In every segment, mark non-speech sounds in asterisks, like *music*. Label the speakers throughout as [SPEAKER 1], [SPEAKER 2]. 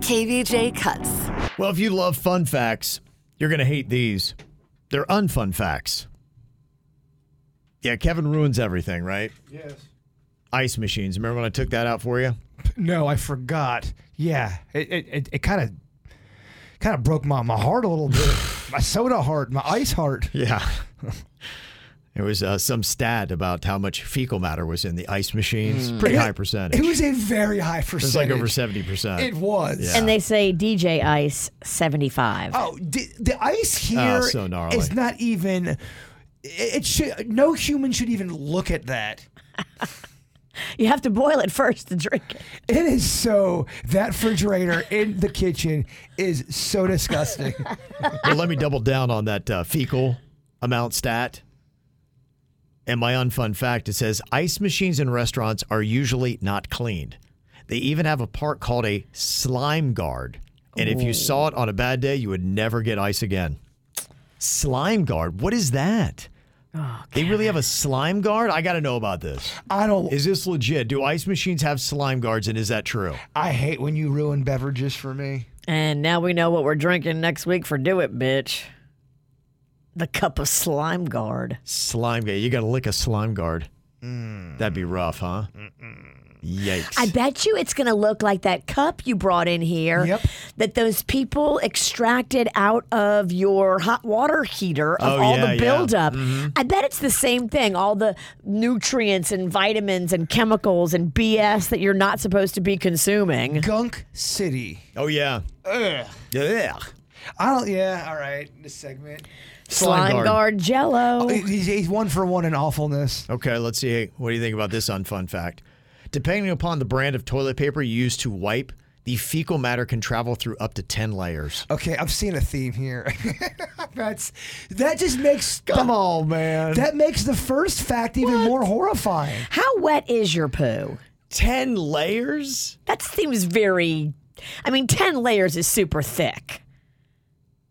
[SPEAKER 1] KVJ cuts.
[SPEAKER 2] Well, if you love fun facts, you're going to hate these. They're unfun facts. Yeah, Kevin ruins everything, right?
[SPEAKER 3] Yes.
[SPEAKER 2] Ice machines. Remember when I took that out for you? *laughs*
[SPEAKER 3] No, I forgot. Yeah, it it- it it kind of kind of broke my my heart a
[SPEAKER 2] *laughs*
[SPEAKER 3] little bit. my soda heart, my ice heart.
[SPEAKER 2] Yeah. *laughs* There was uh, some stat about how much fecal matter was in the ice machines. Pretty high percentage.
[SPEAKER 3] It was a very high Hmm. percentage.
[SPEAKER 2] It was like over 70%.
[SPEAKER 3] It was.
[SPEAKER 2] Yeah.
[SPEAKER 4] And they say DJ Ice 75.
[SPEAKER 3] Oh, the, the ice here
[SPEAKER 2] Oh,
[SPEAKER 3] is
[SPEAKER 2] so gnarly.
[SPEAKER 3] not even. It, it should no human should even look at that.
[SPEAKER 4] You have to boil it first to drink it.
[SPEAKER 3] It is so that refrigerator in the kitchen is so
[SPEAKER 2] *laughs*
[SPEAKER 3] disgusting.
[SPEAKER 2] well, let me double down on that uh, fecal amount stat. And my unfun fact it says ice machines in restaurants are usually not cleaned. They even have a part called a slime guard. And if you saw it on a bad day, you would never get ice again. Slime guard? What is that? they really have a slime guard? I got to know about this.
[SPEAKER 3] I don't.
[SPEAKER 2] Is this legit? Do ice machines have slime guards and is that true?
[SPEAKER 3] I hate when you ruin beverages for me.
[SPEAKER 4] And now we know what we're drinking next week for Do It, bitch. The cup of slime guard.
[SPEAKER 2] Slime guard. You got to lick a slime guard.
[SPEAKER 3] Mm.
[SPEAKER 2] That'd be rough, huh? Yikes.
[SPEAKER 4] I bet you it's going to look like that cup you brought in here
[SPEAKER 3] Yep.
[SPEAKER 4] that those people extracted out of your hot water heater of
[SPEAKER 2] Oh,
[SPEAKER 4] all
[SPEAKER 2] yeah,
[SPEAKER 4] the
[SPEAKER 2] yeah.
[SPEAKER 4] buildup. I bet it's the same thing. All the nutrients and vitamins and chemicals and BS that you're not supposed to be consuming.
[SPEAKER 3] Gunk City.
[SPEAKER 2] oh, yeah. Yeah.
[SPEAKER 3] I don't. Yeah. All right. This segment.
[SPEAKER 4] Slime,
[SPEAKER 2] guard.
[SPEAKER 4] guard. jello.
[SPEAKER 3] He's, he's one for one in awfulness.
[SPEAKER 2] Okay, let's see. What do you think about this unfun fact? Depending upon the brand of toilet paper you use to wipe, the fecal matter can travel through up to 10 layers.
[SPEAKER 3] Okay, I'm seeing a theme here. *laughs* That's that just makes come on, man. That makes the first fact even more horrifying.
[SPEAKER 4] How wet is your poo?
[SPEAKER 2] 10 layers?
[SPEAKER 4] That seems very. I mean, 10 layers is super thick.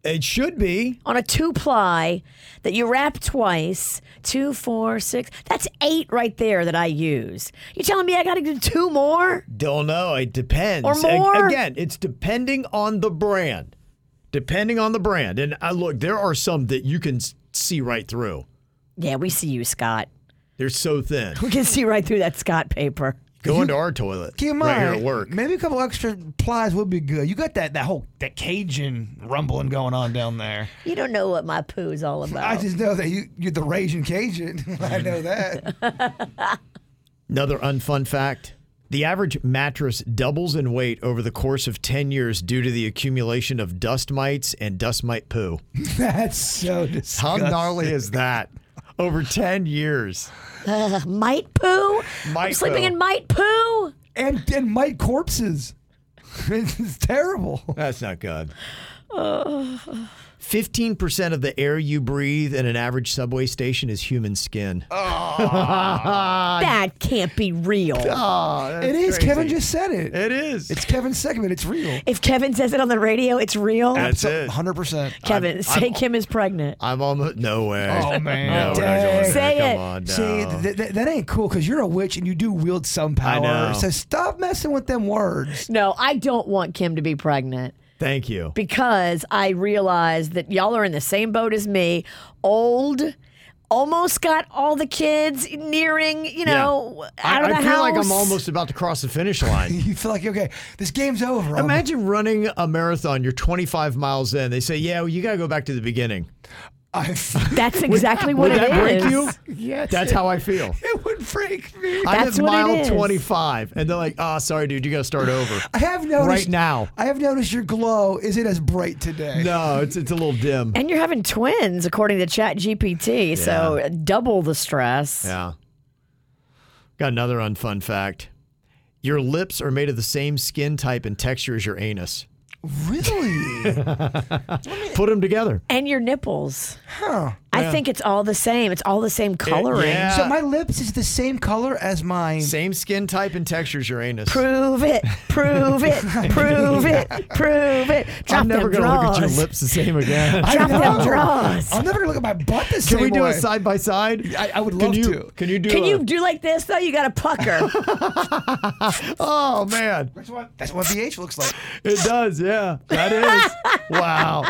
[SPEAKER 2] It should be.
[SPEAKER 4] On a two ply that you wrap twice, two, four, six, that's eight right there that I use. You telling me I got to do two more?
[SPEAKER 2] Don't know. It depends.
[SPEAKER 4] Or more?
[SPEAKER 2] again, it's depending on the brand. Depending on the brand. And I look, there are some that you can s- see right through.
[SPEAKER 4] Yeah, we see you, Scott.
[SPEAKER 2] They're so thin.
[SPEAKER 4] We can see right through that Scott paper.
[SPEAKER 2] Go into our toilet.
[SPEAKER 3] Keep in
[SPEAKER 2] right here
[SPEAKER 3] mind,
[SPEAKER 2] at work.
[SPEAKER 3] maybe a couple extra plies would be good. You got that that whole that Cajun rumbling going on down there.
[SPEAKER 4] You don't know what my poo is all about.
[SPEAKER 2] Uh,
[SPEAKER 3] I just know that you you're the raging Cajun. *laughs* I
[SPEAKER 2] *laughs*
[SPEAKER 3] know that.
[SPEAKER 2] Another unfun fact the average mattress doubles in weight over the course of 10 years due to the accumulation of dust mites and dust mite poo.
[SPEAKER 3] That's so
[SPEAKER 2] How
[SPEAKER 3] disgusting.
[SPEAKER 2] gnarly is that? Over 10 years.
[SPEAKER 4] *laughs* might poo? I'm
[SPEAKER 2] Might
[SPEAKER 4] sleeping
[SPEAKER 2] poo.
[SPEAKER 4] in might poo?
[SPEAKER 3] and and mite corpses. *laughs* it's terrible.
[SPEAKER 2] That's not
[SPEAKER 3] *sighs*
[SPEAKER 2] good. 15% of the air you breathe in an average subway station is human skin.
[SPEAKER 3] Oh,
[SPEAKER 4] that can't be real.
[SPEAKER 2] *laughs*
[SPEAKER 4] Ah,
[SPEAKER 3] It is. Kevin just said it.
[SPEAKER 2] It is.
[SPEAKER 3] It's Kevin's segment. It's real.
[SPEAKER 4] if Kevin says it on the radio, it's real.
[SPEAKER 2] That's it.
[SPEAKER 3] Hundred percent.
[SPEAKER 4] Kevin, say Kim is pregnant.
[SPEAKER 2] I'm almost. No way.
[SPEAKER 3] Oh, man.
[SPEAKER 2] No, we're not going there.
[SPEAKER 4] Say
[SPEAKER 2] Come
[SPEAKER 4] it.
[SPEAKER 2] on. No.
[SPEAKER 3] See, th- th- that ain't cool because you're a witch and you do wield some power.
[SPEAKER 2] know.
[SPEAKER 3] So stop messing with them words. *laughs*
[SPEAKER 4] No, I don't want Kim to be pregnant
[SPEAKER 2] Thank you.
[SPEAKER 4] because I realize that y'all are in the same boat as me. Old, almost got all the kids nearing, you know,
[SPEAKER 2] I,
[SPEAKER 4] out of
[SPEAKER 2] I
[SPEAKER 4] the
[SPEAKER 2] feel
[SPEAKER 4] house.
[SPEAKER 2] like I'm almost about to cross the
[SPEAKER 4] *laughs*
[SPEAKER 2] finish line.
[SPEAKER 3] You feel like okay, this game's over. I'm-
[SPEAKER 2] Imagine running a marathon. You're 25 miles in. They say, "Yeah, well, you got to go back to the beginning."
[SPEAKER 3] I
[SPEAKER 4] *laughs*
[SPEAKER 3] f-
[SPEAKER 4] That's exactly what
[SPEAKER 2] Would
[SPEAKER 4] it is.
[SPEAKER 2] that break you?
[SPEAKER 3] yes,
[SPEAKER 2] That's how
[SPEAKER 4] *laughs*
[SPEAKER 2] I feel.
[SPEAKER 3] *laughs* it would break me.
[SPEAKER 2] I'm
[SPEAKER 4] That's
[SPEAKER 2] at
[SPEAKER 4] what it
[SPEAKER 2] mile
[SPEAKER 4] is.
[SPEAKER 2] 25, and they're like, "Ah, sorry, dude, you got to start
[SPEAKER 4] *laughs*
[SPEAKER 2] over."
[SPEAKER 3] I have noticed
[SPEAKER 2] Right now.
[SPEAKER 3] I have noticed your glow isn't as bright today.
[SPEAKER 2] no, it's it's a little dim.
[SPEAKER 4] And you're having twins, according to Chat GPT. So double the stress.
[SPEAKER 2] Yeah. Got another unfun fact. Your lips are made of the same skin type and texture as your anus. *laughs*
[SPEAKER 3] Really?
[SPEAKER 2] Put them together.
[SPEAKER 4] And your nipples.
[SPEAKER 3] huh.
[SPEAKER 4] I think it's all the same. It's all the same coloring.
[SPEAKER 2] yeah.
[SPEAKER 3] So my lips is the same color as my.
[SPEAKER 2] Same skin type and texture as your anus.
[SPEAKER 4] Prove it, prove it,
[SPEAKER 2] *laughs*
[SPEAKER 4] prove it, prove it. Drop
[SPEAKER 2] I'm never
[SPEAKER 4] them
[SPEAKER 2] gonna look at your
[SPEAKER 4] draws.
[SPEAKER 2] lips the same
[SPEAKER 4] *laughs*
[SPEAKER 2] again.
[SPEAKER 3] I
[SPEAKER 4] Drop them
[SPEAKER 3] know.
[SPEAKER 4] draws.
[SPEAKER 3] I'm never gonna look at my butt the same
[SPEAKER 2] Can we do
[SPEAKER 3] way.
[SPEAKER 2] a side by side?
[SPEAKER 3] I- I would
[SPEAKER 2] Can
[SPEAKER 3] love
[SPEAKER 2] you,
[SPEAKER 3] to.
[SPEAKER 2] Can you do?
[SPEAKER 4] Can
[SPEAKER 2] a-
[SPEAKER 4] you do like this though? You got to pucker.
[SPEAKER 2] *laughs* Oh man,
[SPEAKER 3] That's what, that's what VH looks like.
[SPEAKER 2] it does. Yeah, that *laughs* is. wow,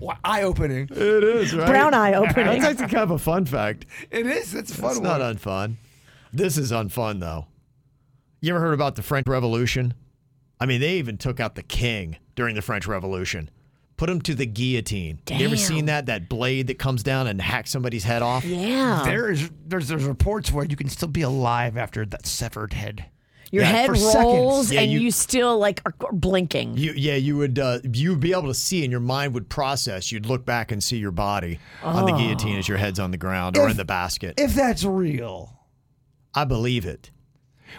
[SPEAKER 3] Wow, eye-opening.
[SPEAKER 2] it is right.
[SPEAKER 4] Brown eye
[SPEAKER 2] That's
[SPEAKER 4] opening.
[SPEAKER 2] actually kind of a fun fact.
[SPEAKER 3] It is. That's a fun
[SPEAKER 2] It's
[SPEAKER 3] one.
[SPEAKER 2] not unfun. This is unfun though. You ever heard about the French Revolution? I mean, they even took out the king during the French Revolution. Put him to the guillotine. You ever
[SPEAKER 4] Damn.
[SPEAKER 2] seen that? That blade that comes down and hacks somebody's head off? Um,
[SPEAKER 4] Yeah.
[SPEAKER 3] There is there's there's reports where you can still be alive after that severed head.
[SPEAKER 4] Your
[SPEAKER 2] Yeah,
[SPEAKER 4] head
[SPEAKER 3] for seconds.
[SPEAKER 4] rolls
[SPEAKER 2] Yeah,
[SPEAKER 4] and
[SPEAKER 2] you-
[SPEAKER 4] you, still like are are blinking.
[SPEAKER 2] You, yeah, you would uh, you'd be able to see, and your mind would process. You'd look back and see your body on the guillotine as your head's on the ground or
[SPEAKER 3] Ah. If-
[SPEAKER 2] in the basket.
[SPEAKER 3] If that's real.
[SPEAKER 2] I believe it.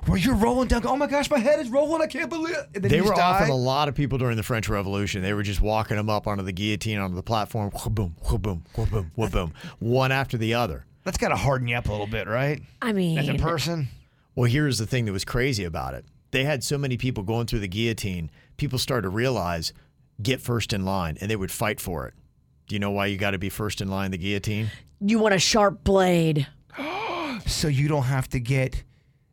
[SPEAKER 3] Where you're rolling down, oh my gosh, my head is rolling, I can't believe it. And then
[SPEAKER 2] They
[SPEAKER 3] you
[SPEAKER 2] were
[SPEAKER 3] just
[SPEAKER 2] offering
[SPEAKER 3] die.
[SPEAKER 2] a lot of people during the French Revolution. They were just walking them up onto the guillotine onto the platform. Boom, boom, boom, boom, one after the other.
[SPEAKER 3] That's gotta harden you up a little bit, right?
[SPEAKER 4] I mean,
[SPEAKER 3] As a person.
[SPEAKER 2] Well, here's the thing that was crazy about it. They had so many people going through the guillotine, people started to realize get first in line and they would fight for it. Do you know why you got to be first in line the guillotine?
[SPEAKER 4] you want a sharp blade.
[SPEAKER 3] So you don't have to get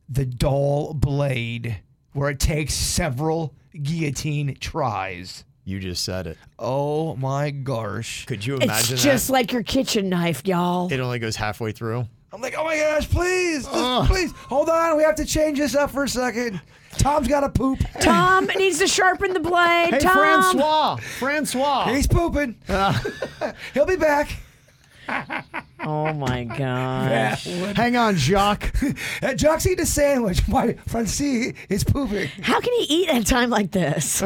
[SPEAKER 3] the dull blade where it takes several guillotine tries.
[SPEAKER 2] You just said it.
[SPEAKER 3] Oh my gosh.
[SPEAKER 2] Could you
[SPEAKER 4] It's
[SPEAKER 2] imagine
[SPEAKER 4] just
[SPEAKER 2] that?
[SPEAKER 4] like your kitchen knife, y'all.
[SPEAKER 2] it only goes halfway through.
[SPEAKER 3] I'm like, oh my gosh, please, just please, hold on, we have to change this up for a second. Tom's gotta poop.
[SPEAKER 4] Tom *laughs* needs to sharpen the blade. Tom.
[SPEAKER 2] Francois.
[SPEAKER 3] He's pooping.
[SPEAKER 2] Ah.
[SPEAKER 3] *laughs* He'll be back.
[SPEAKER 4] Oh my god.
[SPEAKER 2] Hang on,
[SPEAKER 3] *laughs*
[SPEAKER 2] Jacques.
[SPEAKER 3] Uh, Jock's eating a sandwich. *laughs* My Francie is pooping.
[SPEAKER 4] How can he eat at a time like
[SPEAKER 2] *laughs*
[SPEAKER 4] this?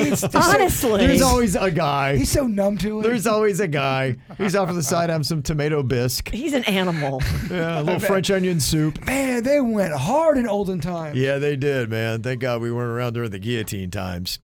[SPEAKER 4] Honestly.
[SPEAKER 2] There's always a guy.
[SPEAKER 3] He's so numb to it.
[SPEAKER 2] There's always a guy. He's off to the side having some tomato bisque.
[SPEAKER 4] He's an animal.
[SPEAKER 2] Yeah, a little French onion soup.
[SPEAKER 3] Man, they went hard in olden times.
[SPEAKER 2] Yeah, they did, man. Thank God we weren't around during the guillotine times.